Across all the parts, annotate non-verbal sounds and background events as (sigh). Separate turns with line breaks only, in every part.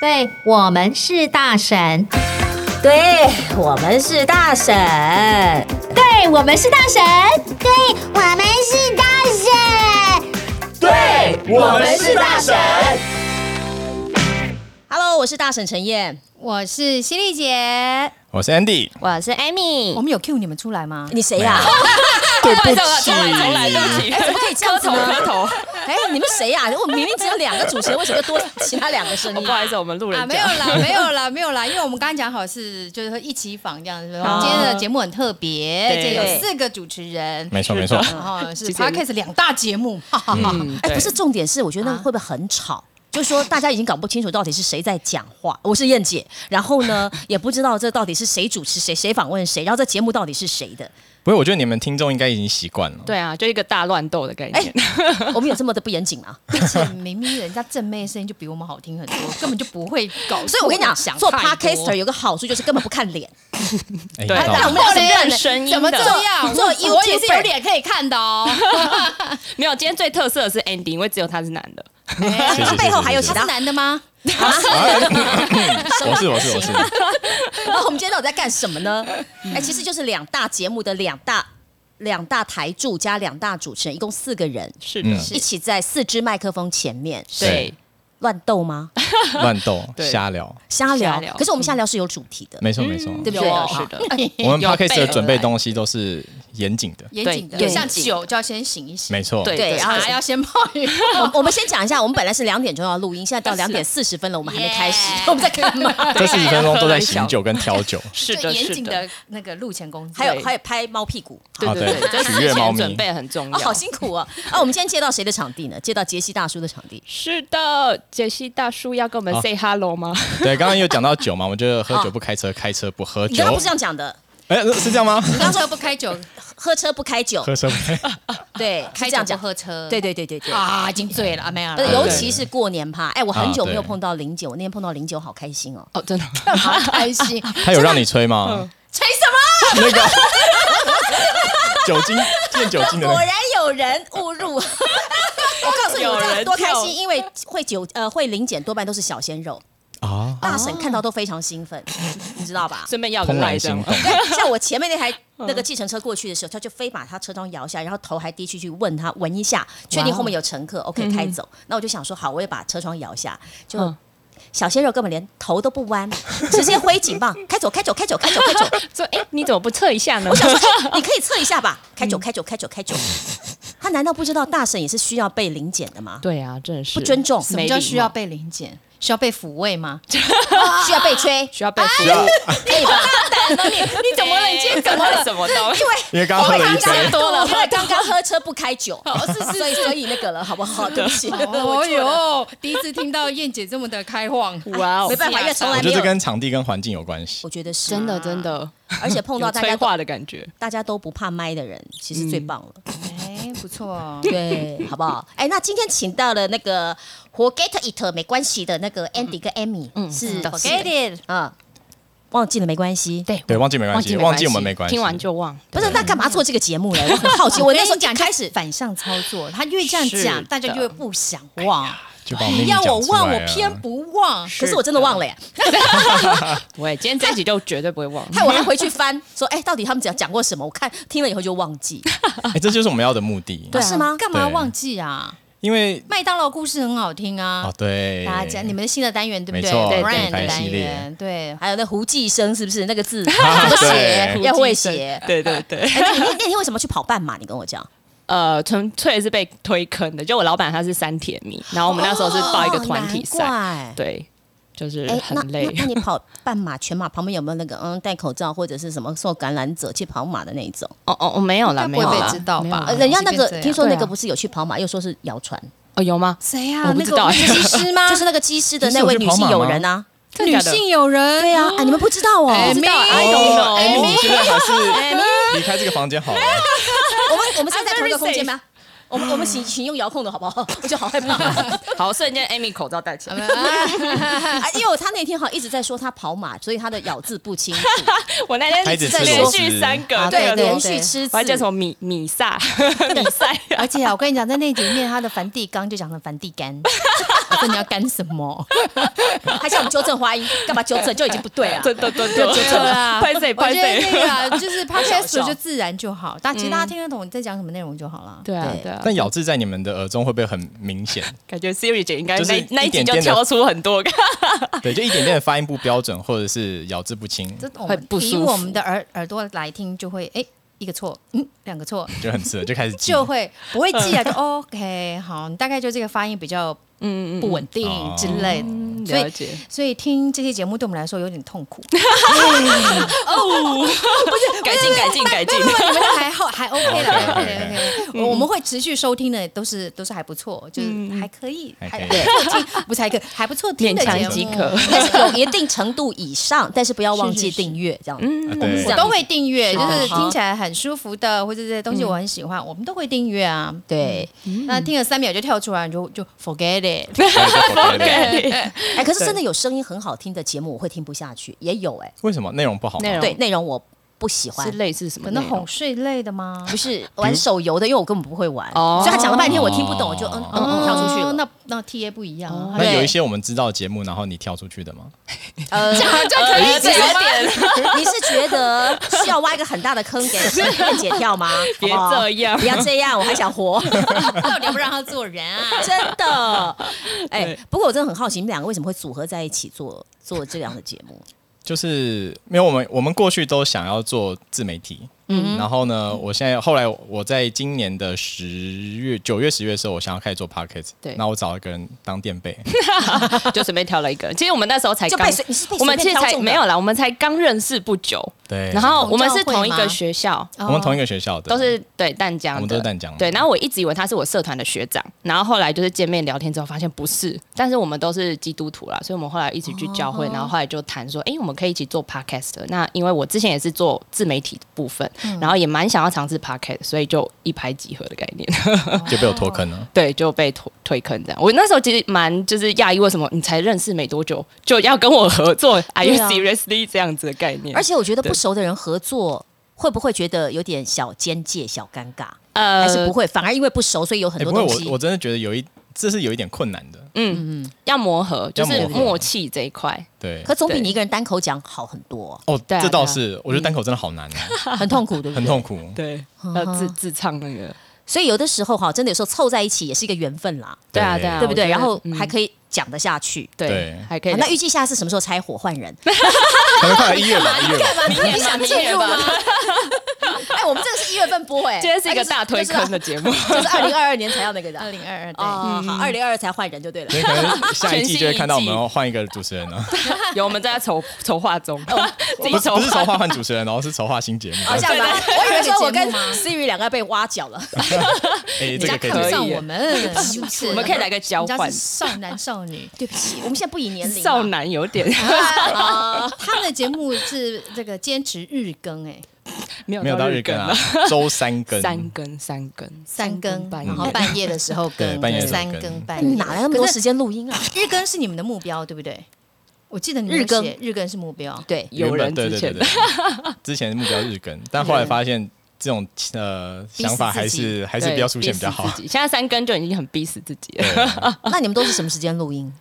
对我们是大神，
对我们是大婶，
对我们是大神，
对我们是大神，
对我们是大神。
Hello，我是大婶陈燕，
我是犀利姐，
我是 Andy，
我是
我
Amy。
们有 cue 你们出来吗？
你谁呀、
对不起，
哎、怎么可以这样子呢？ (laughs) 磕头，哎、你们谁呀、我明明只有两个主持人，为什么多其他两个声音？
(laughs) 不好意思，我们路
啊，
人
没有啦，没有啦，没有啦，因为我们刚刚讲好是就是会一起访这样子。
哦
我们今天的节目很特别，
对
这有四个主持人，
没哦错没错，
然后
其
是
实嗯
podcast 两大节目，哈哈哈。
(laughs) 哎、不是，重点是我觉得那个
啊
会不会很吵？就是说，大家已经搞不清楚到底是谁在讲话。我是燕姐，然后 (laughs) 呢，也不知道这到底是谁主持谁，谁访问谁，然后这节目到底是谁的？
不过我觉得你们听众应该已经习惯了。
对啊，就一个大乱斗的概念。
我们有这么的不严谨吗？
而且明明人家正妹的声音就比我们好听很多，根本就不会搞。
(laughs) (laughs) 所以我跟你讲，
想
做
太多
podcaster 有个好处就是根本不看脸，
哎
对
有道
那我
理
们要是认
看
人
声音
怎么这
的，
(laughs)
样？
做
我
YouTuber
我也是有脸可以看的
(laughs)
哦。
(laughs) 没有。今天最特色的是 Andy，因为只有他是男的。
谢谢啊
他背后还有其
他是
他。
男的吗？
(laughs)
(laughs) 我是我是我是，
然后我们今天到底在干什么呢？哎，其实就是两大节目的两大两大台柱加两大主持人，一共四个人
是
嗯
的，
一起在四支麦克风前面
对
对，
乱斗吗？
乱斗
对
瞎聊，
瞎聊
瞎。聊
可是我们瞎聊是有主题的，
没错没错，
对不
有
对？
哦
是的，
(laughs) 我们 p o d c a s t
有备而来
的准备东西都是严谨的，
严谨的，
对
像
严谨
酒就要先醒一醒，
没错，
对啊
对，然后
茶要先泡一泡。
我我们先讲一下，我们本来是两点钟要录音，现在到两点四十分了，我 (laughs) 们还没开始
Yeah
我们在干嘛？
这四十分钟都在醒酒跟调酒，
是
最
的，
严
是
谨
的，
的那个路前工作，
(laughs) 还有
对
还有拍猫屁股，
对
好
对
啊对
对，
取悦猫咪
事前准备很重
哦，好
要。
辛苦哦。啊，我们今天接到谁的场地呢？接到杰西大叔的场地。
是的，杰西大叔要跟我们
好
say hello 吗？
对，刚刚有讲到酒嘛，我觉得喝酒不开车，开车不喝
你
酒
刚刚。不是这样讲的，
哎，是这样吗？
你刚 (laughs) 说不开酒，
喝车不开酒，
喝车不开，
对，
开
是
酒
这样
不
讲。
喝车，
对对对对对。
啊，已经醉了啊，没有
不
了
是，
对
尤
对
其是过年趴，哎，我很
啊
久没有
对
碰到零九，我那天碰到零九，好开心哦。
哦，真的，
好 (laughs) 开心，
他有让你吹吗？
吹什么？
那个酒精见酒精的
果
那个
然有人误 (laughs) 入，我告诉你，我
有
这
人
多开
跳
心，因为会酒呃会零检多半都是小鲜肉，
啊，
大婶看到都非常兴 (laughs) 奋，你知道吧？
(laughs) 顺便要个
怦
赖
然心
这 (laughs) 样吗
动。
对，像我前面那台那个计程车过去的时候，他就非把他车窗摇下来，然后头还低去去问他闻一下，确定后面有乘客，OK 开走。那我就想说，好，我也把车窗摇下，就
嗯
小鲜肉根本连头都不 (laughs) 弯，直接挥警棒，开走，开走，开走，开走，开走。
说，哎，你怎么不测一下呢？
我想说，哎 (laughs) 你可以测一下
嗯
吧，开酒，开酒，开酒，开
(laughs)
酒。他难道不知道大婶也是需要被零检的吗？
(laughs) 对啊，真的是
不尊重，
什么
没
叫
礼
需要
貌
被临检？需要被抚慰 (laughs) 吗？
需要被吹，
需要被需
要
可以吧？
你怎么了？你今天怎么了？怎么到？
因为
因为刚刚喝了一
刚
杯
刚，多了，因为刚刚喝车不开酒，
(laughs)
(laughs) 所以所以那个了，好不好？对不起，
哦哟，哦第一次听到燕姐这么的开放，
哇哦
没办法，因为从
我
来
觉
没
得
有
这。跟场地跟环境有关系
我。觉得是啊
真的真的，
而且碰到
有
大
催
家都
化的感觉。
大家都不怕麦的人，其实最棒了，
哎，不错，
对，好不好？哎，那今天请到了那个 Forget It 没关系的那个 Andy 跟 Amy，是 Forget It 啊，忘记了没关系。
对
对，忘记没关系，忘记我们没关系。
听完就忘。
不是，那干嘛做这个节目呢？
(laughs)
我很好奇，我那时候讲开始，
反向操作，他越这样
是
讲，
的
大家越不想忘。
就把我秘
你
密
哎要
哦讲
我
出
忘，我
来啊
偏不忘。
可是我真的忘了耶，
不会，今天这一集就绝对不会忘。
害我还回去翻，说哎，到底他们讲讲过什么？我看听了以后就忘记，
哎，这就是我们要的目的。
不是吗？
干嘛
对
忘记啊？
因为
麦当劳故事很好听啊
哦，，对，
大家讲你们的新的单元对不
没
对
错
？Brand
品牌
的单
系列
元对，
还有那胡继生是不是那个
(laughs)
字
啊
怎么写？
对
要会写。
对对对，
哎，那你那天为什么去跑半马？你跟我
哦
讲，
呃，纯粹是被推坑的。就我老板他是三铁迷，然后我们那时候是报一个团体
哦
赛，
难怪
对，就是
哎，那
很
那
累。
那你跑半马、全马旁边有没有那个嗯戴口罩或者是什么受感染者去跑马的那一种？
哦哦哦，没有啦，
应
没
该
有
不会
啦
被知道吧
没有啦
呃，人家那
哦即便这
个
样
听说那
对
个
啊
不是有去跑马，又说是谣传，
哦有吗？
谁呀
我不
那
知
个
道
那个技哦师吗？
(laughs) 就是那个机师的
机
那
师有
位
去
女
跑
性
马
友
吗
人啊。
真的
女
假的
性友人，
对啊，哎，你们不知道哦。
哎没有
哎
哎
呦
哦
I don't know
你现在还是离开这个房间
(laughs)
好了。
我们我们现在在
I'm
同一个
very
空间吗？我们我们请请用遥控的好不好？ (laughs) 我就好害怕
好，瞬间 Amy 口罩戴起来，
啊，因为他那天好像一直在说他跑马，所以他的咬字不清楚。
(laughs) 我那天
开始吃
连
螺
续
丝
三个
啊
那个
对，连
螺丝
续吃
我
字
还叫什么米米萨米赛，
啊 (laughs) 而且啊，我跟你讲，在那集里面，他的梵蒂冈就讲成梵蒂干，说你要干什么？
还想我们纠正花音，干嘛纠正就已经不
(laughs)
对了。啊
对对对啊对，
对 (laughs) 啦，
拍谁
我
拍
觉得
谁。
那个啊就是 podcast
笑
就自然就好，大其实大家听得懂你在讲什么内容就好了。
对啊对啊，
但咬字在你们的耳中会不会很明显？
(laughs)
感觉 Siri 姐应该
就是
那那一
一
集
点
就
点的
挑出很多个。
对，就一点点的发音不标准，或者是咬字不清，
这我
会
们
不舒
以
服
我们的耳耳朵来听，就会哎一个错，嗯，两个错，
就很适合就开始记。
就会不会记啊？就 OK，好，你大概就这个发音比较
嗯
不稳定
嗯
之类的，所
了
以
解。
所以听这些节目对我们来说有点痛苦。
哦 (laughs) 改进改进改进。
你们还好，还 OK 了
OK，OK，OK
，OK OK。我我们会持续收听的，都是都是还不错，就是还可以，
还
还
可以
还不错听，不是还可以，还不错听的
勉强
节目
即可
但是有一定程度以上，但是不要忘记
是是是
订阅，这样。
啊
我们
对
这，样
嗯我都会订阅，
是
就
的
是
好
听起来很舒服的，或者这些东西我很喜欢，我们都会订阅啊。
对，
那听了三秒就跳出来，你就就
(laughs)
forget it。
对
(laughs)
就否决了
哎，可是真的有声音很好听的节目，我会听不下去，也有哎，
为什么内容不好吗？
内容
对，内容我不喜欢
是。类似什么
可
内
能
容？
哄睡类的吗？
不
(laughs)
是玩手游的，因为我根本不会玩，
哦
所以他讲了半天我听不懂，我就嗯嗯嗯跳出去
哦
了。
那那 T A 不一样啊，
那
对
有一些我们知道的节目，然后你跳出去的吗？
(laughs)
呃，这样
可以
这有
点，
你是觉得需要挖一个很大的坑给燕姐跳吗？
(laughs) 别
好不好
这样
不要这样，我还想
(laughs)
活，
到底要不让他做人 (laughs) 啊？
真的。哎
对，
不过我真的很好奇，你们两个为什么会组合在一起做做这样的节目？
就是没有我们，我们过去都想要做自媒体，嗯，然后呢，我现在后来我在今年的十月、九月、十月的时候，我想要开始做 p o c k e t
对
那我找一个人当垫
(laughs)
背，
(laughs) 就随便挑了一个。其实我们那时候才
就
刚
被随你是被随便
我们其实
挑
才
中的
没有啦，我们才刚认识不久。
对，
然后我们是同一
同教会
个
吗
学校，
我们同一个学校的，
都是对淡江的，
我们都是淡江的
对，然后我一直以为他是我社团的学长，然后后来就是见面聊天之后发现不是，但是我们都是基督徒啦，所以我们后来一起去教
哦
会，然后后来就谈说，哎、我们可以一起做 podcast 的。那因为我之前也是做自媒体的部分，
嗯
然后也蛮想要尝试 podcast，所以就一拍即合的概念， (laughs)
就被我拖坑了。
对，就被推推坑这样。我那时候其实蛮就是讶异，为什么你才认识没多久就要跟我合
(laughs)
作？Are you
对啊
seriously 这样子的概念？
而且我觉得
对
不熟的人合作。会不会觉得有点小边界、小尴尬？
呃
还是不会，反而因为不熟，所以有很
哎，不
多
过
东
我
西。
我真的觉得有一这是有一点困难的，
嗯要磨合，就
要
是
磨合
默契这一块。
对
可。总比
对
你一个人单口讲好很多，
哦，
对啊
这倒
对啊
是，我觉得单口真的好难啊，
(laughs)
很痛苦，对不
很
对？
痛苦。
对，要自自唱那个，
所以有的时候哈，真的有时候凑在一起也是一个缘分啦，
对啊，
对
对啊，
对不对？
我觉
然
得
后
嗯
还可以讲得下去。
对
对，
还可以
好
聊。
那预计下次什么时候拆伙换人？
可能快来一月
(laughs)
吧，一月吧。
明年吧，明年吧，
哎，我们这个是一月份播哎，
今天是一个大推坑的节目， (laughs)
就是二零二二年才要那个的
二
啊。
零二二对。嗯
哦，好，二零二二才换人就对了。
所以可能下一
全新
季
一
就会看到我
季
们换一个主持人了，
有我们在筹筹划中， (laughs) 自己
不是
筹
不是
划哦
筹划换啊主持人，然哦后是筹划新节目。
好像吧，
对
我以为说我跟
节目吗
Siri 两个被挖角了，
哎，这
人家
个可以
看
接
不
受，
以
上
(laughs)
我们，是不是？
我们可以来个交换
人家是少男少女，对不起，
我们现在不以年龄嘛
少
(laughs)
男有点
啊， (laughs) 他们的节目是这个坚持日更，哎，
没有
没有到日更啊
了，，
(laughs) 周三更，
三更三更
三更，
半
然后
夜。
半夜的时候
对
更，
半夜的时候
三
更
更半
嗯
夜，
你哪来那么多时间录音啊？
日更是你们的目标，对不对？我记得你们有
日更
写日更是目标，
对，
原
有
本
人
对
之
对
前
对对，对 (laughs) 之前目标日更，但后来发现这种呃
逼死
想法还
自己
是还
还
是不要出现比较好。啊
现在三更就已经很逼死自己了。
(laughs) 那你们都是什么时间录音？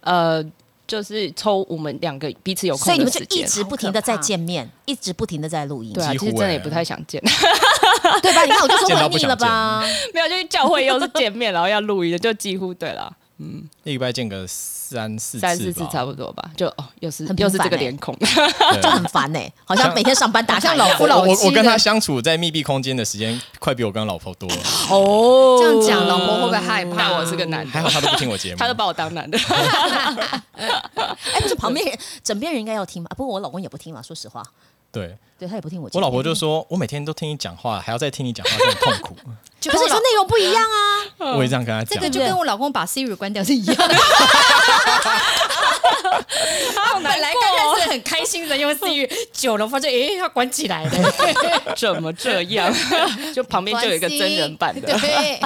呃，就是抽我们两个彼此有空
所以你
的
们就
时
一
间，啊
直不停的在见面，一直不停的在录音，
对啊，
几
其
乎
实真的
欸
也不太想见， (laughs)
对吧？你看我就说
见到
我
不
腻了吧，
没有，就是教会又是见面，然后要录音的，就几乎对了。
一个礼拜见个三四
三四
次
次
吧，
差不多吧，就哦，又是
很频
又是这
繁
个
欸
脸孔，
对
就很烦哎，好像每天上班打卡一样
好像老夫老
我我
妻
我跟
的
他相处在密闭空间的时间，快比我跟老婆多
(laughs)
了。
(laughs) 哦，
这样讲老婆会不会害怕
但我是个男
还
的，
好他都不听我节目，
他都把我当男 (laughs) 的，
哎，不是旁边人 (laughs) 枕边人应该要听吧？啊不过我老公也不听了，说实话，
对
对他也不听我节目。(laughs)
我老婆就说：“我每天都听你讲话，还要再听你讲话，就很痛
(laughs)
苦。
就
可
跟
是
我
你说
老
内容不一样啊，”
嗯
我也这样跟他
这
讲
个。就跟我老公把 Siri 关掉是一样的。
好
本来刚开始很开心的用 Siri，久了发现诶，要关起来了，
怎么这 (laughs) 样？就旁边就有一个真人版的，
对，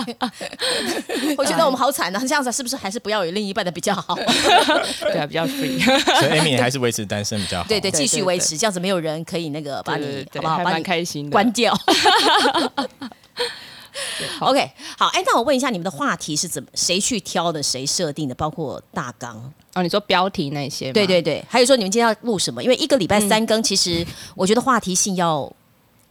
我觉得我们好惨啊！这样子是不是还是不要有另一半的比较好？
(laughs) 对啊，比较 free，
所以 Amy 还是维持单身比较好。
(laughs) 对对，(laughs) 继
对
续维持，这样子没有人可以那个把
对
你
对
(laughs) 好
对
不好？
还
把
蛮
你
开心的。
关掉。 OK，好，哎，那我问一下你们的话题是怎么谁去挑的，谁设定的，包括大纲？
(laughs) 哦，你说标题那些吗？
对嗯对对，还有说你们今天要录什么？因为一个礼拜三更，其实我觉得话题性要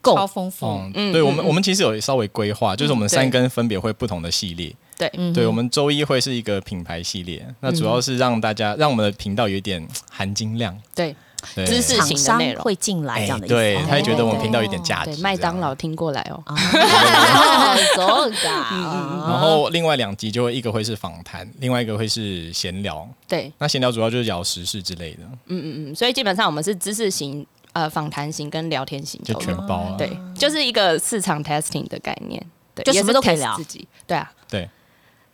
超
够。
丰富。
嗯，
嗯
对，
嗯
我们我们其实有稍微规划，就是我们
对
三根分别会不同的系列。
对，
嗯
对，我们周一会是一个品牌系列，那
嗯
主要是让大家让我们的频道有一点含金量，
对
对哎
知识
厂
型的
商
内容
会进来这样的意思。
对，
哦
他也觉得我们频道有点价值。
对，麦当劳
这样。
听过来哦。
啊
(laughs) 哦，走的啊。
然后另外两集就会一个会是访谈，另外一个会是闲聊。
对，
那闲聊主要就是聊时事之类的，
嗯嗯，所以基本上我们是知识型、呃访谈型跟聊天型
就
都有
全包啊了。
对，就是一个市场 testing 的概念，对，
就
也
什么
是
都可以
test
聊
自己，对啊，
对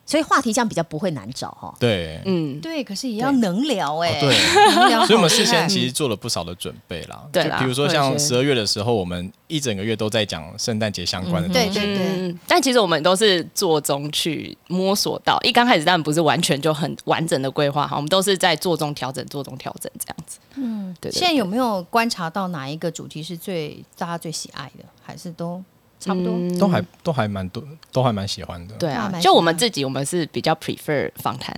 所以话题这样比较不会难找哦哈。
对
嗯，
对，可是也要能聊哎、
哦对，(laughs)
能聊好厉害
所以我们事先其实做了不少的准备啦。
(laughs) 对
就
啦
比如说
会有
像
一些
十二月的时候，我们一整个月都在讲圣诞节相关的东
对
西。
对对，
嗯，但其实我们都是做中去摸索到，一刚开始当然不是完全就很完整的规划好，我们都是在做中调整、做中调整这样子。嗯，对
现在有没有观察到哪一个主题是最大家最喜爱的？还是都差不多？
都还都还蛮多，都还蛮喜欢的。
对
那
啊
蛮，
就我
喜
们
欢
自己，我们是比较 prefer 访
(laughs)
谈，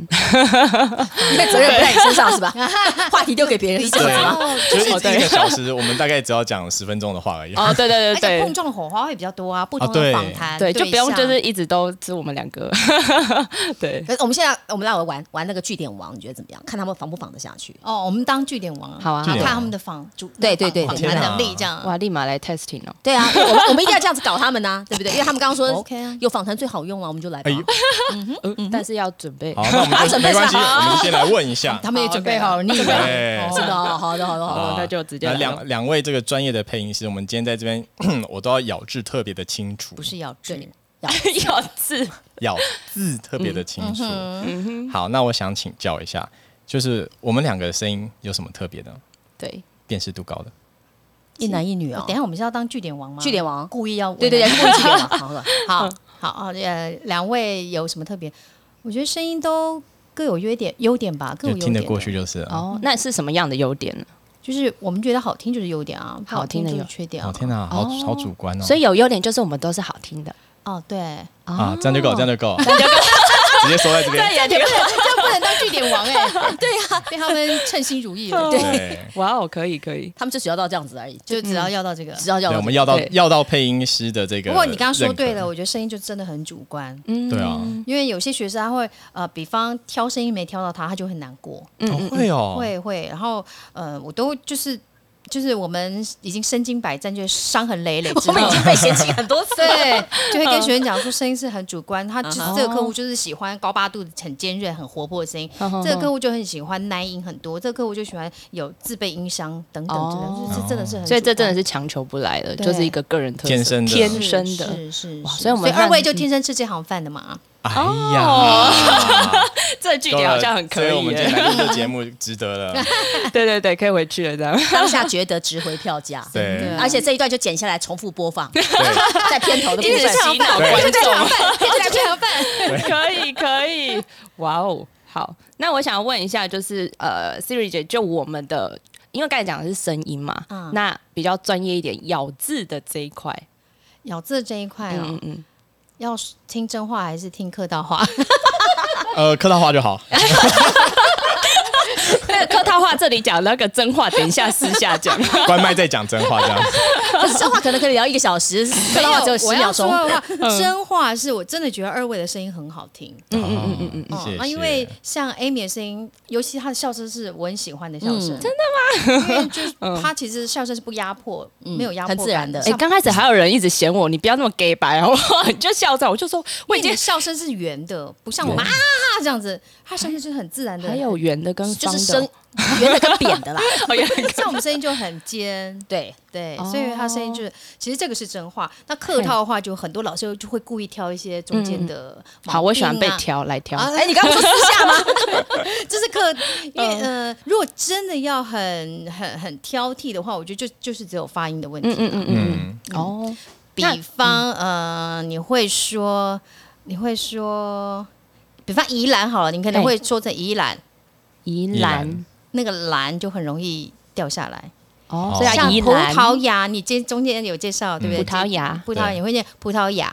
因为责任不在你身上是吧？ (laughs) 话题丢给别人是这样子吗？
对，就是一一个小时，我们大概只要讲十分钟的话而已。
哦，对对
而
对
且碰
对。
撞的火花会比较多啊，不
啊
同
对
的访谈、
对，就不用
象嗯
就是一直都是我们两个， (laughs) 对，
可是我们现在我们来玩玩那个据点王，你觉得怎么样？看他们防不防得下去？
哦，我们当据点王啊，
好啊
据点王
看他们的访主
对对对
访
对
谈
哦天哪
能力这样。
哇，立马来 testing 哦，
对啊，我们我们一定要这样子搞他们呐、对不对？因为他们刚刚说
(laughs) OK 啊
有访谈最好用了，我们就来吧
哎。呦
嗯但是要准备
好，那我们就没关系，我们先来问一下。
他们也准备好了，你以为？
对，
真的哦，好的好的好的。
好
那就直接
那
来
啊两两位这个专业的配音师，我们今天在这边嗯我都要咬字特别的清楚，
不是要治
对，
(laughs) 要字，
(laughs)
咬字特别的清楚。好，那我想请教一下，就是我们两个声音有什么特别的？
对，
辨识度高的，
一男一女啊、
等一下我们是要当据点王吗？
据点王
故意要嗯
对对对，问据点
(laughs)
王，好了，
好好好呃，两位有什么特别？我觉得声音都各有优点，优点吧，
就
各有优
听
点
得
的。
过去就是了。
哦，那是什么样的优点呢？
就是我们觉得好听就是优点啊，不
好听的
就是
优
缺点啊
哦。天哪，好好主观哦。
所以有优点就是我们都是好听的，
哦，对，
啊，这样就够，这样就够， (laughs) 直接收在这
(laughs)
边。
呀，这个
(laughs) 这样不能当据点王哎、 (laughs) 对啊，被他们称心如意了。对，
对，
哇哦，可以可以，
他们就只要到这样子而已，就
就只要要到这个。
只要要
对，
到
我们要到
对
要到配音师的这个。
不过你刚刚说对了，，我觉得声音就真的很主观。
嗯
对啊，
因为有些学生他会呃，比方挑声音没挑到他，他就很难过，
哦会哦，
嗯会会。然后呃，我都就是就是我们已经身经百战，就是伤痕
(laughs)
累累之
我
后
们已，经
(laughs)
被嫌弃很多次了。
对，就会
嗯
跟学生讲说声音是很主观，他就是
嗯
这个客户就是喜欢高八度、很尖锐、很活泼的声音，
嗯
这个客户就很喜欢难音很多，这个客户就喜欢有自备音箱等等之类的，
哦
就是这真的是很主观，
所以这真的是强求不来的，
对
就是一个个人特色，
天生的
天生的，
是是
哇
是
所以我们
二
看
位就天生吃这行饭
(laughs)
的嘛，
哎
哦
(laughs) 呀，
这据点好像很可
啊所以我
以
们今
耶，
天来录这个节目值得了。
(laughs) 对对对，可以回去了这样。
当下觉得值回票价，
对
真的啊
而且这一段就剪下来重复播放，
对，
在片
(laughs)
头的部
一直
分。
洗脑
对
观众，
天生吃这行饭。
(laughs) 可以可以，哇哦，好，那我想问一下，就是呃，Siri 姐，就我们的，因为刚才讲的是声音嘛，
嗯
那比较专业一点，咬字的这一 (laughs) 块，
咬字这一块
嗯
哦，
嗯嗯，
要听真话还是听客套话？
呃，客套话就
(laughs)
好。
那个客套话这里讲，那个真话等一下私下讲。
关麦再讲真话，这样子。
可是这话可能可以聊一个小时，客套话只有十
我
秒
要说
钟。
的
(laughs)
话，真话是我真的觉得二位的声音很好听。
嗯嗯嗯嗯
哦
谢
那
谢。
因为像 Amy 的声音，尤其她的笑声是我很喜欢的笑 (laughs) 声，真的吗？因为就是她其实笑声是不压迫，没有压迫感，
很自然的
(laughs) 哎、
像
刚开始还有人一直嫌我，你不要那么 gay 白好不好？ (laughs) 你就笑在我，就说我已
因为
经
你笑声是圆的，不像我们啊这样子，她笑声就是很自然的。
还有圆的跟
就
方的
是声，
(laughs)
圆的跟扁的啦，
哦圆的跟
(laughs) 像我们声音就很尖，
对，
对，
哦
所以他声音就是，其实这个是真话。那客套的话，就很多老师就会故意挑一些中间的、毛
嗯好，我喜欢
病
被
啊
挑来挑。
啊，
哎，你刚刚说私下吗？
(laughs) 就是客，因
嗯
为呃，如果真的要很很很挑剔的话，我觉得就就是只有发音的问题。
嗯嗯嗯嗯
嗯，
嗯，哦，
比方呃，
嗯
你会说，你会说，比方宜兰好了，你可能
哎
会说成宜兰，
宜
宜兰
兰
那个兰就很容易掉下来。
哦
哦，
所以
像
要宜
葡
兰嗯
萄牙，你这中间有介绍对不对？
葡萄牙
葡萄牙
对
你会念葡萄牙，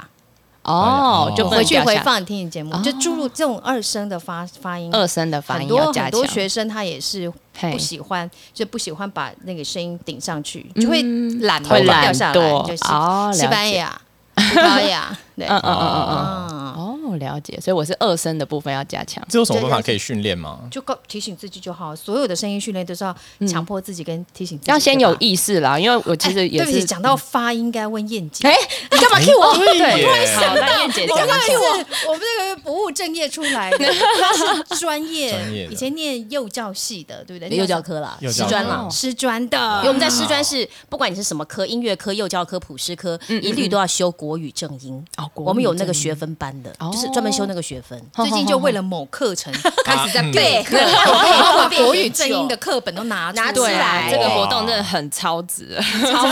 哦
哦，
就不能
回去
掉下哦
回放听你节目，就注入这种二声的发发音。
二声的发
很
音
多
要加
很
强
多。学生他也是
嘿
不喜欢，就不喜欢把那个声音顶上去，就会懒嘛，
嗯会
就掉
懒
下来，
惰
就是
哦了解
西
(laughs)
班牙、葡萄牙，对，
嗯嗯嗯嗯嗯。
嗯，
哦，了解，所以我是二声的部分要加强。
这有什么方法可以训练吗？
就告提醒自己就好。所有的声音训练都是要强迫自己跟提醒自
嗯
己，
要先
对吧
有意识啦，因为我其实
哎
也
对不起，
是嗯
讲到发音，该问燕姐。
哎，
你干嘛 Q 我？
对耶，
好，那燕姐讲一下
是哎我们这个不务正业出
(laughs)
来的，他是专
专业
业，
的
以前念幼教系的，对不对？
幼教科啦，
幼
师
教科
专
哦
啦。
师专
因为我
的，
们在师专是，不管你是什么科，音乐科、幼教科、普师科，一律都要修国语正音。
嗯哦国语
我们有那
正
个
音
学分班的，
哦
就是专门修那个学分。
最近就为了某课
(laughs)
程开
啊
始在
对
备
(laughs)
课，我 (laughs) 把国语正音的课本都拿
拿出
出
来
来，
这个
哇
活动真的很超值，
超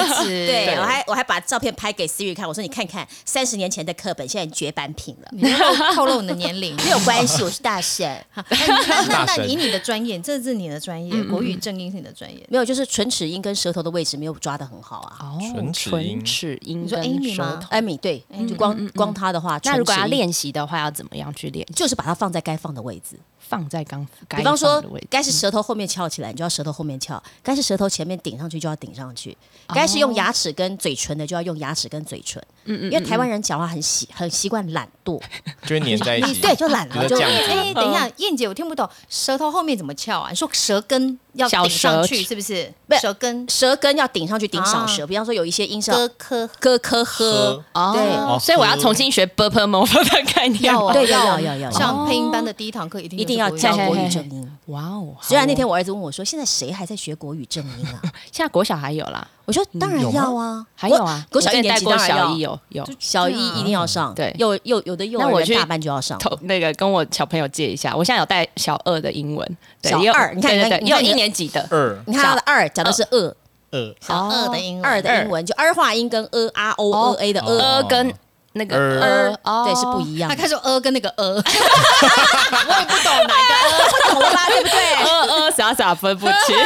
(laughs)
值。
对，我还我还把照片拍给思雨看，我说你看看，三十年前的课本现在绝版品了，
你透透露你的年龄。
没有关系，我是大神。
哎那那
大
那
神
以你的专业，这是你的
嗯
专业，国语正音是你的专业。
没有，就是唇齿音跟舌头的位置没有抓的很好啊。
哦
唇齿音
唇齿音
你说
跟
Amy
舌头
吗。？
艾米对，
嗯
就光光他的话，
那如果
唇齿
要
音，
练习的话，要怎么样去练？
就是把它放在该放的位置。
放在刚，
比
比
方说
的位置，
该是舌头后面翘起来，你就要舌头后面翘；该是舌头前面顶上去，就要顶上去；
哦
该是用牙齿跟嘴唇的，就要用牙齿跟嘴唇。
嗯
因为台湾人讲话很习很习惯懒惰，
就会粘在一
(laughs)
起，
对，就懒
觉
了，
得
就
这样
哎、
子。
等一
嗯
下，燕姐，我听不懂，舌头后面怎么翘啊？你说舌根要
小
顶上
舌
去，是不是
不？是
舌根
舌根要顶上去，顶小舌。
啊
比方说有一些音是
咯科
咯咯呵，
哎
哦
对
所以我要重新学 b u r p l e m o v e 的概念吗。
要
哦
啊
对要要要
上配音班的第一堂课一定
哦一定要
就是
教
国
国
嘿
语
语
嘿哦嘿
正音。
哇哦！
虽然那天
我
我儿子问我说：“现在谁还在学国语正
(laughs)
音啊
现在国小还有啦，？”
我说：“当然
有吗
要啊，
还有啊，
国国小
我
一
之前
年
带
级
过
当然
小
要
一有有
小一一定要上，
对
幼幼有的幼
那
儿
我
园
去
大班就要上。”
头那个跟我小朋友借一下，我现在有带小二的英文，对，
小
也有
二你看
对对
你看
对，
你
也有
看你
一
的
年级的
二
你看他的二讲的是二，
二
小二的英文，
二的英文就儿化音跟呃啊哦呃 a 的呃，
呃跟那个
呃
呃哦，
对是不一样
他
的。
开始呃跟那个呃，
(laughs)
我也不懂哪个
不懂啦，对不对？
呃呃傻傻分不
(laughs)
清。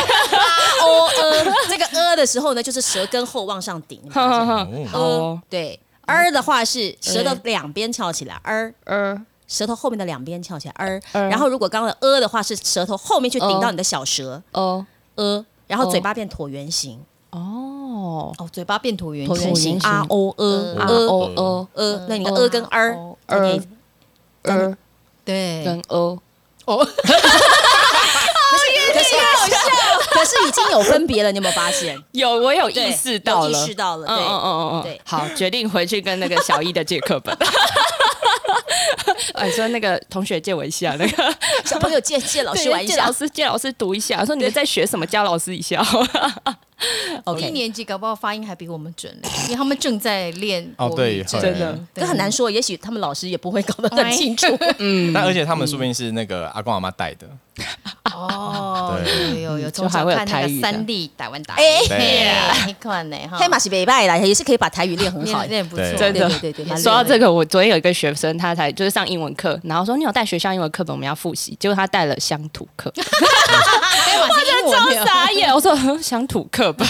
哦呃，这个呃的时候呢，就是舌根后往上顶。
哼
哦
哼哼，
呃
哦，
对，儿的话是舌头两边翘起来，儿
呃，
舌头后面的两边翘起来，儿。
呃
然后如果刚刚的呃的话是舌头后面去顶到你的小舌，
哦，
呃，然后嘴巴变椭圆形，
哦，
哦，嘴巴变椭圆
椭圆
形，
形
形
啊哦呃
啊
呃
哦哦，
呃，那你的呃跟儿
哦
再念一次
呃
对
跟，哦，
可是可是已经有分别了，你有没有发
(laughs)
现？
有我有
对
意识到
有
了，
意识到了，
嗯嗯
对。
嗯嗯嗯
对，
好，决定回去跟那个小一的借课本。 (laughs) 哎，说那个同学借我一下，那个
小朋友借借老师
对
玩一
借
下
老师借老师读一下，说你们在学什么，教老师一下。
哦一年级搞不好发音还比我们准嘞，因为他们正在练
哦，
国
对，
语正
会
音，
真的
这很难说，也许他们老师也不会搞得很清楚。
嗯
嗯
但而且他们说不定是那个阿公阿妈带的，
哦，有
对
有有，
嗯就
从
还
小
会有
看那
台
个
语的
三 D 台湾打，
哎
对
嘿，你看呢哈，
黑马是北拜啦，也是可以把台语练很
(laughs)
好
练。练不错，
对
真的
对对对蛮厉害
说到这个，我昨天有一个学生，他才就是上英文课，然后说你有带学校英文课本，我们要复习，结果他带了乡土课，
黑哎马是英文的
超傻眼。我说呵乡土课本，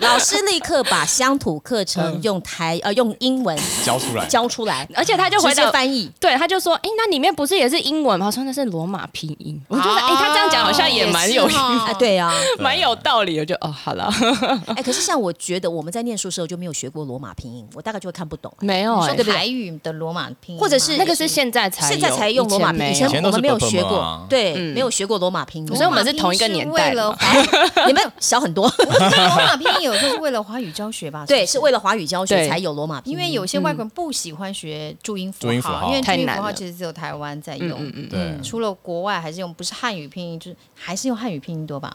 老师立刻把乡土课程用台呃用英文
教出来。
教出来，
而且他就回
直接
答
翻译。
对，他就说，哎、那里面不是也是英文吗？我说那是罗马拼音。我就说，哎、他这样讲好像也蛮有
也是哦
哎，对啊，
(laughs) 蛮有道理。我就哦，好了，
哎，可是像我觉得我们在念书时候就没有学过罗马拼音，我大概就会看不懂。
没有、
你
哎
说台语的罗马拼音吗，
或者是
那个是现在才有
现在才用罗马拼音，
以
以
前
前
没有
我
以前都是
们没有
Purple
学过
嘛，
对，没有学过罗马拼音，
嗯所以我们是同一个年代
罗
的
马
嘛
拼音是为了
你们小很多。 (laughs)
华罗马拼音有时候是为了华语教
(laughs)
学吧？
对，
不
是为了华语教学
对
才有罗马拼音，
因为有些外国人不喜欢学注音符
注音符
号，
号
因为注
嗯太
音
难
符号
了
其实只有台湾在
嗯嗯
用，
嗯，
对，
除了国外还是用不是汉语拼音，就是还是用汉语拼音多吧？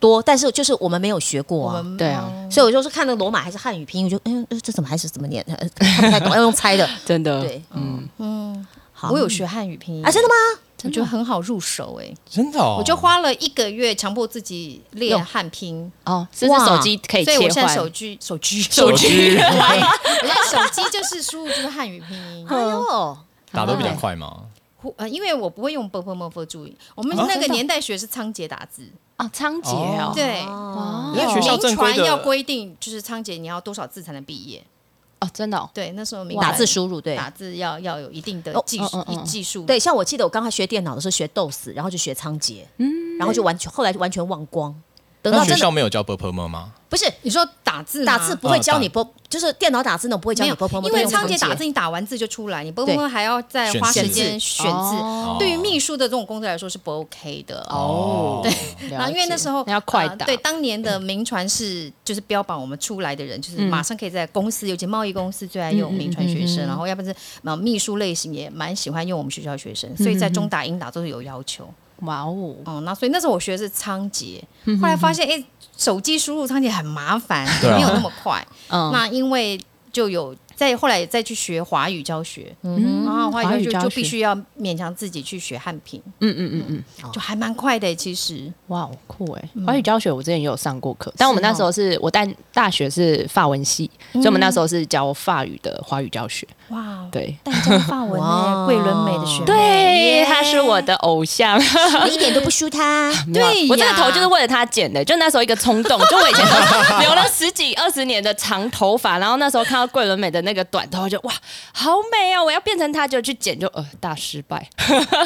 多，但是就是我们没有学过
我
啊。
们
对啊
嗯
所以我就是看那个罗马还是汉语拼音，我就嗯，呃这怎么还是怎么念？ (laughs) 呃看不太懂，要用猜的。
真的，
对，
嗯，
嗯，
好，
我有学汉语拼音
啊，真的吗？
我觉得很好入手哎，
真的哦，
我就花了一个月强迫自己练汉拼，
哦，是不是
哇
手机可以
所以
切
我现在
换？
手机 (laughs) 手机
手机
我现在手机就是输入就是汉语拼音。
(laughs) 哎呦，
打得比较快吗？
呼呃，因为我不会用 b u r p l e m o f 注音，我们那个年代学是仓颉打字，
啊，仓颉哦，
对，
哦
因为学校
民
正规
传
的
要规定就是仓颉你要多少字才能毕业，
哦，真的、哦，
对，那时候敏
打
感
字输入对。
打字要要有一定的
哦
技术
嗯嗯嗯
技术，
对，像我记得我刚开始学电脑的时候学 DOS，然后就学仓颉，嗯，然后就完全后来就完全忘光。等
那
到
嗯学
真的
校没有教 purple 吗？
不是
你说打字吗
打字不会
嗯
教你
打
波，就是电脑打字那种不会教
没
你
有
波波，，
因为仓颉打字，你打完字就出来，你不
对
会还要再花
选
时
字
间选字。
哦
对于秘书的这种工作来说是不 OK 的
哦，对，
然后因为那时候
要快
呃
打，
对，当年的名传是就是标榜我们出来的人，就是
嗯
马上可以在公司，尤其贸易公司最爱用名传学生，然后要不然是呃秘书类型也蛮喜欢用我们学校学生，
嗯
所以在中打英打都是有要求。
哇哦，
哦，那所以那时候我学的是仓颉，
嗯
后来发现哎、诶手机输入仓颉很麻烦，
对啊
没有那么快。
(laughs) 嗯，
那因为就有再后来再去学华语教学，
嗯
然后华语教学就必，
华语
须要勉强自己去学汉拼，
嗯嗯嗯嗯，
就还蛮快的其实。
哇哦，酷哎！
嗯
华语教学我之前也有上过课，但我们那时候
哦
是我但大学是法文系，所
嗯
以我们那时候是教法语的华语教学，
哇，
对。
但江发文
哇
呢，桂纶镁的学妹，
对，
耶
他是我的偶像。
你一点都不输 (laughs) 他。
没有
对呀
我这个头就是为了他剪的，就那时候一个冲动，就我以前 (laughs) 留了十几二十年的长头发，然后那时候看到桂纶镁的那个短头，就哇，好美哦，我要变成她，就去剪，就呃大失败。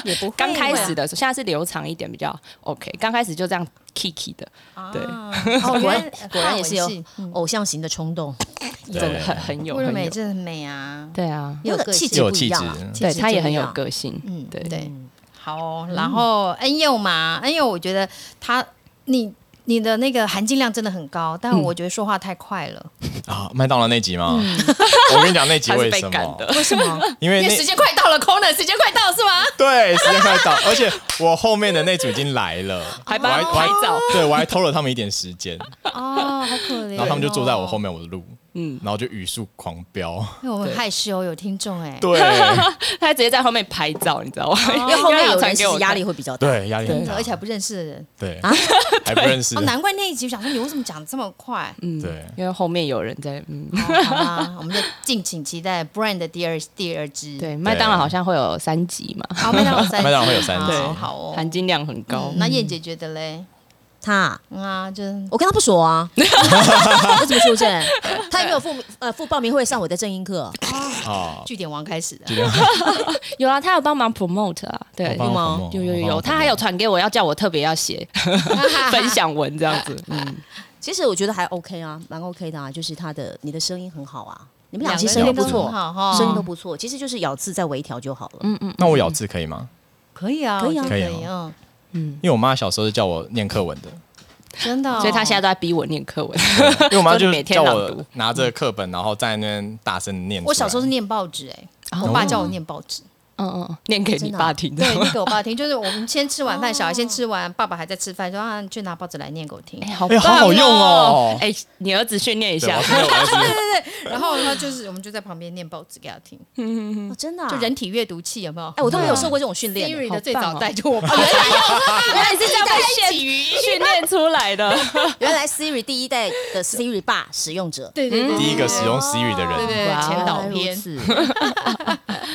也不会啊
刚开始的时候，现在是留长一点比较 OK，刚开始就这样 kiki 的，对，
哦，
果
原
然
来
果然也是有
法文系
偶像型的冲动，
真的很很有
桂纶
很
镁
有，
真的很美啊，
对啊，
有
那个
个
气
性
质
有
不一
气
样啊
质，
对
质
他也
不
很
一
有
样
个性，
嗯，
对
对，好哦、然后恩佑嘛，恩哎佑，我觉得他你你的那个含金量真的很高，但我觉得说话太快了，
啊，麦当劳那集吗？ (laughs) 我跟你讲那集
他是
为
被
什
赶
么？
的。
为什么？
因为
因
那
为时间快到了，Conan 时间快到了是吗？
对时间快到， (laughs) 而且我后面的那组已经来了，
还帮
我
他拍照，
对我还偷了他们一点时间，
哦，好可怜、
然后他们就坐在我后
面，
面我的路，
(laughs) 嗯，
然后就语速狂飙，
因为我们害羞有听众哎、
对
他还直接在后面拍照，你知道吗？
哦
(laughs)
因为后面有人其
给我
实
看
压力会比较大。
对，压力很大，
而且还不认识的人，
对 (laughs) 还不认识
哦，，难怪那一集我想说你为什么讲得这么快？
嗯
对
因为后面有人在，嗯，
哦好吧，我们就敬请期待 Brand 的第二第二支。
对，麦当劳好像会有三级嘛，
好，麦当劳三集，
麦当劳会有三集
好好哦。
含金量很高
嗯。那燕姐觉得嘞？
他，
嗯啊，就是
我跟他不熟
(laughs)
啊， (laughs) 我怎么纠正？他也没有付呃付报名会上我的正音课，
啊，
据点王开始的。
就这样，
有啊，他有帮忙 promote 啊，对
我，哦帮
吗
我
有
朋友
有有有，他还有传给我要叫我特别要写分享文这样子，嗯，
其实我觉得还 OK 啊，蛮 OK 的啊，就是他的你的声音很好啊，你们俩其实声
两个
音
人
不
都嗯
错
很，好哈，
声音都不错，其实就是咬字再微调就好了。嗯，
那我咬字可以吗？
可以啊，
可以啊
我觉
可
得可
以
以嗯，
因为我妈小时候是叫我念课文的，
真的哦。
嗯所以他现在都在逼我念课文，
(laughs) 因为我妈就
每
是
天
叫
朗
我
读，
拿着课本，然后在那边大声念出来。
我小时候是念报纸，哎，
哦
我爸叫我念报
(laughs)
纸，
嗯嗯，嗯念给你爸听的
对，，念给我爸听。就是我们先吃晚
哦
饭，小孩先吃完，爸爸还在吃饭，说啊，你去拿报纸来念给我听。
哎，好
哎好
棒
好用哦
哎，你儿子训练一
对，
下
我，是念我儿子
(laughs) 然后他就是，我们就在旁边念报纸给他听，
哦真的啊，
嗯就人嗯体阅读器有没有
哎，？我都没有受过这种训练的。
Siri
好
的最
棒
早
哦
代就我爸，
原来是这样被训 (laughs) 训练出来的，
原来 Siri 第一代
(laughs)
的 Siri 爸使用者，
对对对，
第一个使用 Siri 的人，
对
哇哦
前导
原来
片
如此。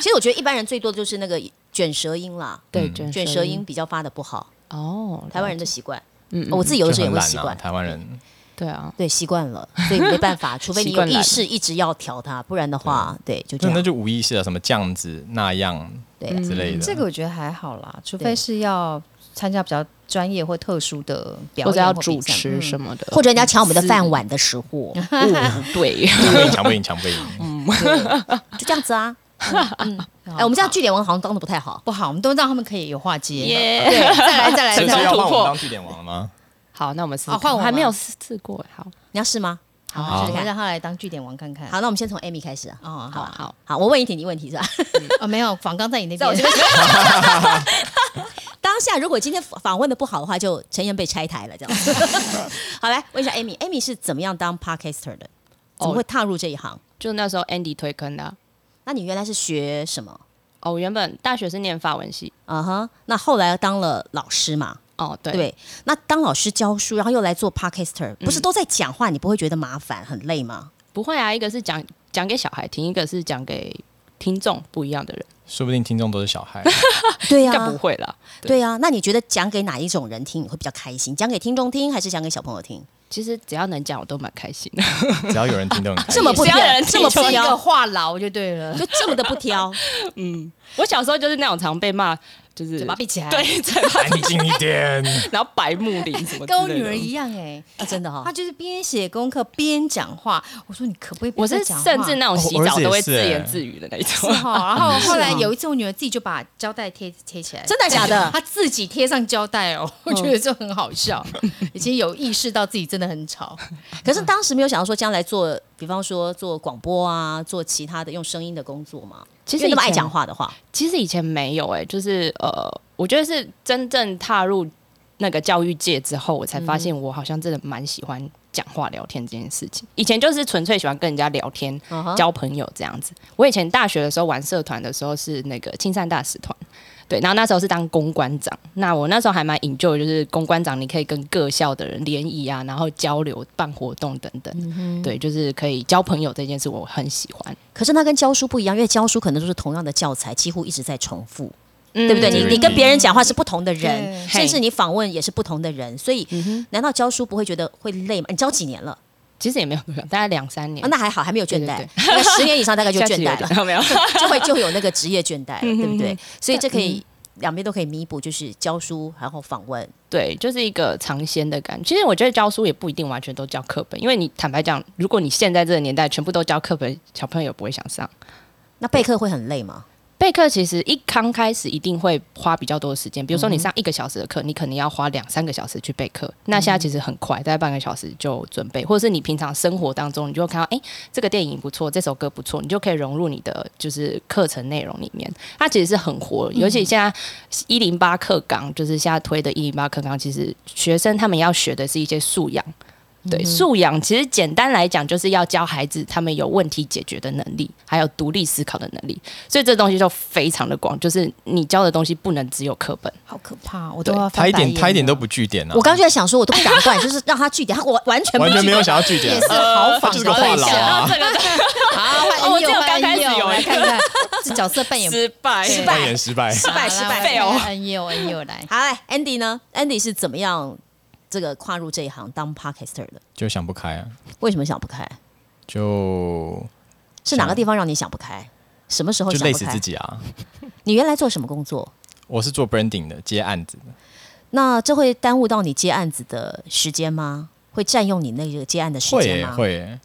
(laughs) 其实我觉得一般人最多的就是那个卷舌音啦，
对，
卷舌音比较发的不好，
嗯哦，
台湾人的习惯。哦
嗯，嗯
我自己有的时
就
候也
很
会
懒
习
啊，
惯，
台湾人。
对啊，
对，习惯了，所以没办法，
(laughs)
除非你有
习惯懒
意识一直要调它，不然的话，对，就这
那那
样。
就无意识了，什么酱子那样
对
之类的。
这个我觉得还好啦，除
对
非是要参加比较专业或特殊的表演
或者要
比
主
赛
持
嗯
什么的，
或者人家抢我们的饭碗的食
(laughs)
物，
哦， (laughs) 对，
不赢，
嗯
强不赢，强不赢。
就这样子
(laughs)
啊。哎，
哎，
我
我
们
们
这
这
样
样
据点王好像当的不太好，
不好，我们都让他们可以有话接。
耶，
对，再来再来
所
再
以是
来
要，换
突
我
破
们当据点王了吗？
好，那我们试试
好
看，
换我
还没有
吗
试试过，好，
你要试吗？
好，
试
我
试
们
看。
让他来当据点王看看。
好，那我们先从 Amy 开始啊。
哦，
好
好，
好，
好，我问一题，你问一题是吧？ (laughs)
哦，没有，仿刚在你那
在我这边
(laughs) 边，
当下如果今天访问的不好的话，就陈言被拆台了，这样子。 (laughs) 好，来问一下 Amy，Amy 是怎么样当 podcaster 的？怎
哦
么会踏入这一行？
就那时候 Andy 推坑的啊、
那你原来是学什么？
哦，我原本大学是念法文系，
啊哈，那后来当了老师嘛？
哦，对，
对，嗯那当老师教书，然后又来做 podcaster，不是都在讲话，你不会觉得麻烦很累吗？
不会啊，一个是讲讲给小孩听，一个是讲给听众不一样的人，
说不定听众都是小
(laughs)
孩。
对啊
应
呀、
该不会啦。
对呀、那你觉得讲给哪一种人听你会比较开心？讲给听众听，还是讲给小朋友听？
其实只要能讲，我都蛮开心的。
只要有人听都很开
(laughs) 这
心。
么不
只
挑
要有人，
这么
是
不
一个
挑，
话痨就对了，
就 (laughs) 这么的不挑。
我小时候就是那种常被骂，就是
嘴巴闭
(laughs)
起来，，
对，嘴巴
安静一
(laughs)
点，
然后白目灵什么之类的
跟我女儿 (laughs) 一样哎、
啊，真 (laughs) 的哈
她，就是边写功课边讲话。我说你可不可以不
我
要
是
再讲话？哦
甚至那种洗
我儿
澡
子也
都会
是
自言
欸
自语的那一
是
种。
哈，然后后来
是吗
有一次，我女儿自己就把胶带贴贴起来，
真的假的
她自己贴上胶带哦，我觉得这很好笑，已经有意识到自己真的很吵。
可是当时没有想到说将来做，比方说做广播啊，做其他的用声音的工作嘛。
其实
因为那么
以前
爱讲话的话，
其实以前没有哎、就是呃，我觉得是真正踏入那个教育界之后，我才发现我好像真的蛮喜欢讲话聊天这件事情。以前就是纯粹喜欢跟人家聊天、
嗯哼
交朋友这样子。我以前大学的时候玩社团的时候是那个青山大使团。对，然后那时候是当公关长，那我那时候还蛮 enjoy，就是公关长你可以跟各校的人联谊啊，然后交流、办活动等等，
嗯
对，就是可以交朋友这件事我很喜欢，
可是那跟教书不一样，因为教书可能都是同样的教材，几乎一直在重复，
嗯对
对不对？你你跟别人讲话是不同的
对
人，甚至
嘿嗯
你访问也是不同的人，所以难道教书不会觉得会累吗？你教几年了？
其实也没有多少，大概两三年
啊，那还好，还没有倦
嗯对对
怠
对，
大概十年以上大概就
(laughs) 下
倦
次有
怠
点嗯
了。(laughs)
没有。
就会就会有那个职业倦怠了，对不对？所以这可
嗯
以两边都可以弥补，就是教书然后访问，
对，就是一个尝鲜的感觉。其实我觉得教书也不一定完全都教课本，因为你坦白讲，如果你现在这个年代全部都教课本，小朋友也不会想上。
那备课会很累吗？
备课其实一刚开始一定会花比较多的时间，比如说你上一个小时的课，你可能要花两三个小时去备课。那现在其实很快，大概半个小时就准备，或者是你平常生活当中，你就会看到，哎、这个电影不错，这首歌不错，你就可以融入你的就是课程内容里面。它其实是很活，尤其现在一零八课纲，就是现在推的一零八课纲，其实学生他们要学的是一些素养。对素养，其实简单来讲，就是要教孩子他们有问题解决的能力，还有独立思考的能力。所以这东西就非常的广，就是你教的东西不能只有课本。
好可怕，我
对
都要，
他
翻
一
白眼
点
了
他一点都不据
嗯
点啊
我，刚就在想说，我都不敢断，就是让他据点，他我完
(laughs)
全不
完全
据
没有
点
想要据点啊呃
也，是好
他
仿
就是
的
个话
对
痨
象。
啊，
这个
好，
哦我
换
只
右
有刚
换
开始
右，
有
我们来看看这角色
(laughs)
扮演
失败，
失
扮演失
(laughs)
败。
失败失败
废哦
恩佑恩佑来，
好来，Andy 呢？Andy 是怎么样这个跨入这一行当 podcaster 的？
就想不开啊，
为什么想不开？
就是
是哪个地方让你想不开？什么时候
就
想
累
不
死自
开？
己啊！
你原来做什么工作？
我是做 branding 的，接案子的，
那这会耽误到你接案子的时间吗？会占用你那个接案的时
会
间
耶
吗？
会耶，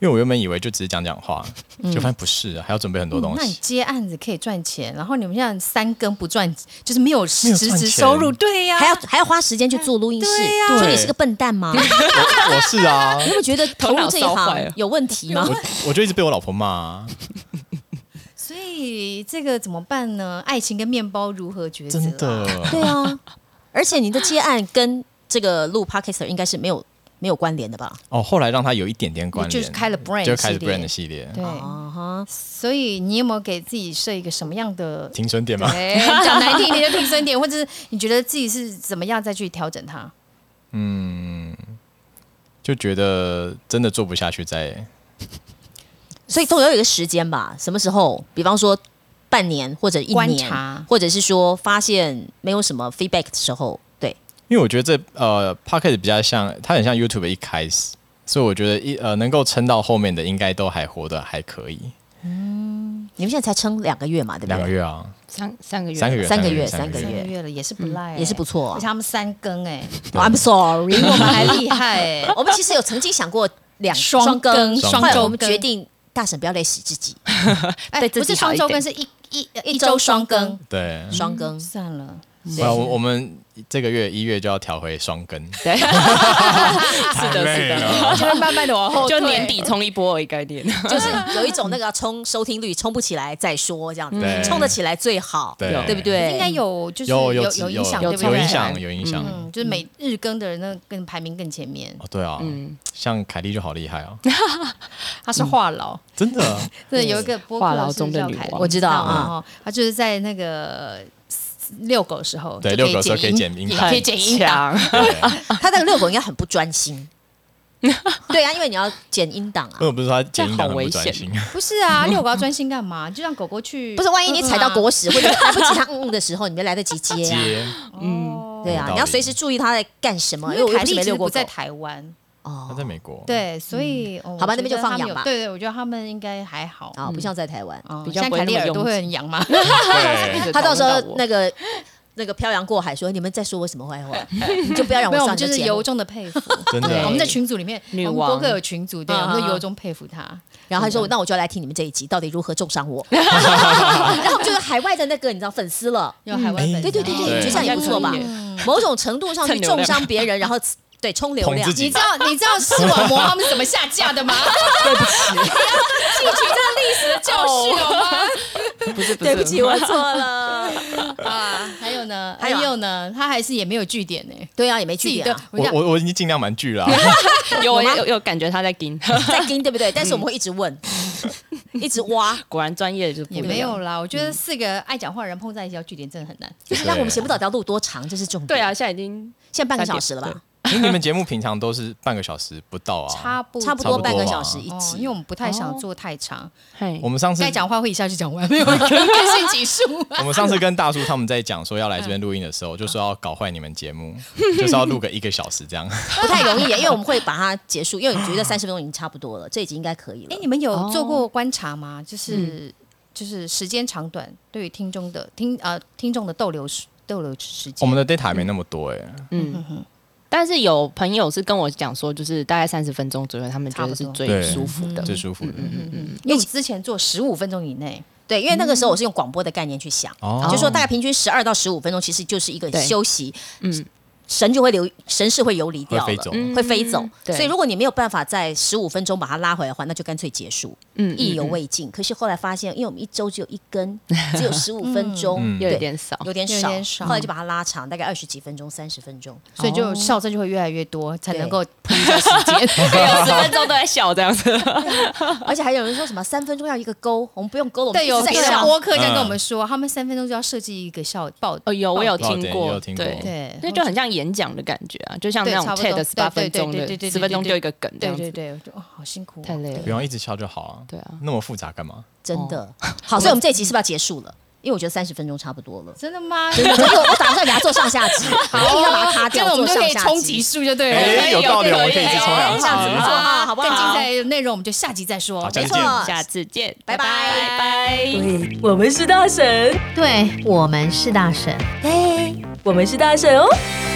因为我原本以为就只是讲讲话，就发现不是啊，还要准备很多东
那你
西。
接案子可以赚钱，然后你们现在三更不赚，就是没有实
没有赚
质
钱
收入，对呀、
还要还要花时间去做录音室，
对
说你是个笨蛋吗？你
(laughs) 我我是啊，
会觉得投入这一
(laughs) 头脑烧坏
行
了
有问题吗？
我我就一直被我老婆骂啊，
所以这个怎么办呢？爱情跟面包如何抉择、
真，的。
对啊，而且你的接案跟这个录 podcaster 应该是没有没有关联的吧？
哦，后来让他有一点点关联，
就是开了 brand
就开始
系列
brand 的系列，
对。
啊哈，
所以你有没有给自己设一个什么样
(laughs)
的？
停损点吗？
哎，讲难听一点就平衡点，或者是你觉得自己是怎么样再去调整它？
就觉得真的做不下去再。
所以都有一个时间吧？什么时候？比方说半年或者一
观察
年，或者是说发现没有什么 feedback 的时候，对，
因为我觉得这呃 p o c k e t 比较像，它很像 YouTube 一开始，所以我觉得一呃能够撑到后面的应该都还活得还可以，
你们现在才撑两个月嘛，对不
两个
对？
月啊，
三三个月，
三个月，
三个月
三个
三
三
月。
个月了也是不赖、
也是不错啊
而且他们三更哎、
Oh, I'm sorry，
比我们还厉害哎、
(laughs) 我们其实有曾经想过两
双
更，
更
双
后来
周
我们
更
决定大婶不要累死自己， (laughs)
哎
对
不
自己
是双
好一点
周更，是一一
一周双更，
对，
双更。
算了，
不然我我们这个月一月就要调回双更，
对，是的，
累
是的，
就会慢慢的往后
就
退
年底冲一波而已概念。
就是有一种那个冲收听率冲不起来再说这样子
对，
冲得起来最好，
对
对不对？
应该有就是
有
有
有
影响，
有
对不对？
影响有影响。
嗯，就是每日更的人那更排名更前面，
哦，对啊，像凯莉就好厉害哦，
他是话痨，
真的，啊
对，有一个播客
话痨
是
中的
叫
女
凯
王
莉
我知道
然
啊
后他哦就是在那个遛狗的时候，
对
就
遛狗的时候可以剪音
音，也
档
可以剪音档，
档，
对
哦他那个遛狗应该很不专
(laughs)
心。对啊，因为你要剪音档啊
因
嗯
为，我不是说他剪音档
这好
很
危
不专
险
心，
不是啊，遛狗要专心干嘛？就让狗狗去，
不是万一你踩到
嗯
狗屎或者来不及它嗯嗯的时候，你没来得及接啊。
接
嗯啊，
对
有道
啊，
理
你要随时注意它在干什么，因
因
为
为
我又
凯
不是
莉
没
其
遛
实
过
不
狗嗯哦
在。台湾，
他在美国，，
对，所以、哦我
好吧
觉
那边就
得
放
他们
养
有
吧
对对，我觉得他们应该还好。
啊，不像在台湾，
哦
比较
像
不会
凯
那
利
么
尔都
拥
会
挤
很
(laughs)
痒嘛，
对，
他到时候
那
那个那个漂洋过海说你们在说我什么坏话，你就不要让
没
我
有，我
上
们
你
就
的
是
节目
由。衷的佩
(laughs)
服。
真的
对
我们在群组里面，
女
我们播
王
客有群组，对，我
嗯
们就由衷佩服他。
然后他说那我就要来听你们这一集到底如何重伤我，然后就是海外的那个你知道粉丝了，
有海外
哎
粉丝，
对对对对，
对
我觉得这样也不错吧
对？
某种程度上去
蹭流量
重伤别人，然后对冲流
捧
量
自，
你
己
知，道你知道视网膜他们是怎么下架的吗？对不起，吸取这历史的教训好吗？
不是不是，
对不起，我错了。
啊，还有呢，
还
还
有啊
有呢，他还是也没有据点呢，
对啊，也没
自
据
己
点
的
啊，
我
我
跟你
我我已经尽量蛮剧了啊，
有有有感觉他在盯，
在盯对不对？但是我们会一直问，一直挖，
(laughs) 果然专业就不
也
一
没
样。
有啦。我觉得四个爱讲话的人碰在一起要据点真的很难。
就是让我们写不到条路多长，这是重点。
对啊，，现在已经
现在半个小时了吧？
因为你们节目平常都是半个小时不到啊，
哦差不
差不多
吧
半个小时一
哦，因
集
为。我们不太想做太长，
嘿
我们上次
该讲话会一下就讲 (laughs) 完，没有更新集数。
我们上次跟大叔他们在讲说要来这边录音的时候，就说要搞坏你们节目，就是要录个一个小时这样。
不太容易耶，因为我们会把它结束，因为你觉得三十分钟已经差不多了，这已经应该可以了。
(laughs) 哎，你们有做过观察吗？就是就是时间长短对于听众的听呃听众的逗留时逗留时
我
间
们，的 data 还没那么多哎、
嗯，但是有朋友是跟我讲说，就是大概三十分钟左右，他们觉得是
差不多
最
对
舒服的。
最舒服的。
因为我们之前做十五分钟以内，
对，因为那个时候我是用广播的概念去想，
哦
就说大概平均十二到十五分钟，其实就是一个
对
休息，
嗯
神就会流，神是会游离掉了，
会飞走
嗯
会飞走。
对
所以如果你没有办法在十五分钟把它拉回来的话，那就干脆结束，
嗯
意犹未尽。可是后来发现，因为我们一周只有一
(laughs)
根，只有十五分钟，
嗯
有一
对，
点少。
有点
有
少，
点少
后来就把它拉长，大概二十几分钟、三十分钟。
所以就
哦
笑声就会越来越多，才
对
能够铺一下时间。
二十分钟都在笑这样子，
而且还有人说什么三分钟要一个勾，我们不用勾了，我们
对，有
一直在
别的
笑。
播客这样跟我们说，他们三分钟就要设计一个笑爆，
(laughs) 哦，有我有
爆点
听过，
有听过
对，
对，
那就很像演讲的感觉啊，就像那
对
种
差不多
TED 十八分钟
对对
的，
对对对对
十分钟丢一个梗这
对
样
对
子，
对，我就哦，好辛苦哦，
太累
不
了。
用一直笑就好啊。
对啊，
那么复杂干嘛？
真的。
哦
(laughs) 好，所以我们这一集是不是要结束了？因为我觉得三十分钟差不多了。
真的吗？啊
真的，因为 (laughs)
(laughs)
我打算给它做上下集，我一定要把它 (laughs) 卡
这样
掉做
我们就
上
可以
下
冲集
集。
数就对了。
哎、
哎
有道理，
有
我们可以一直冲
有
两
这样子不
集。
错啊，好不好？
更精彩的内容我们就下集再说。
好，再
没
见
错。
下次见，
拜拜
拜拜。
我们是大神，
对我们是大神。
我们是大神哦。
哦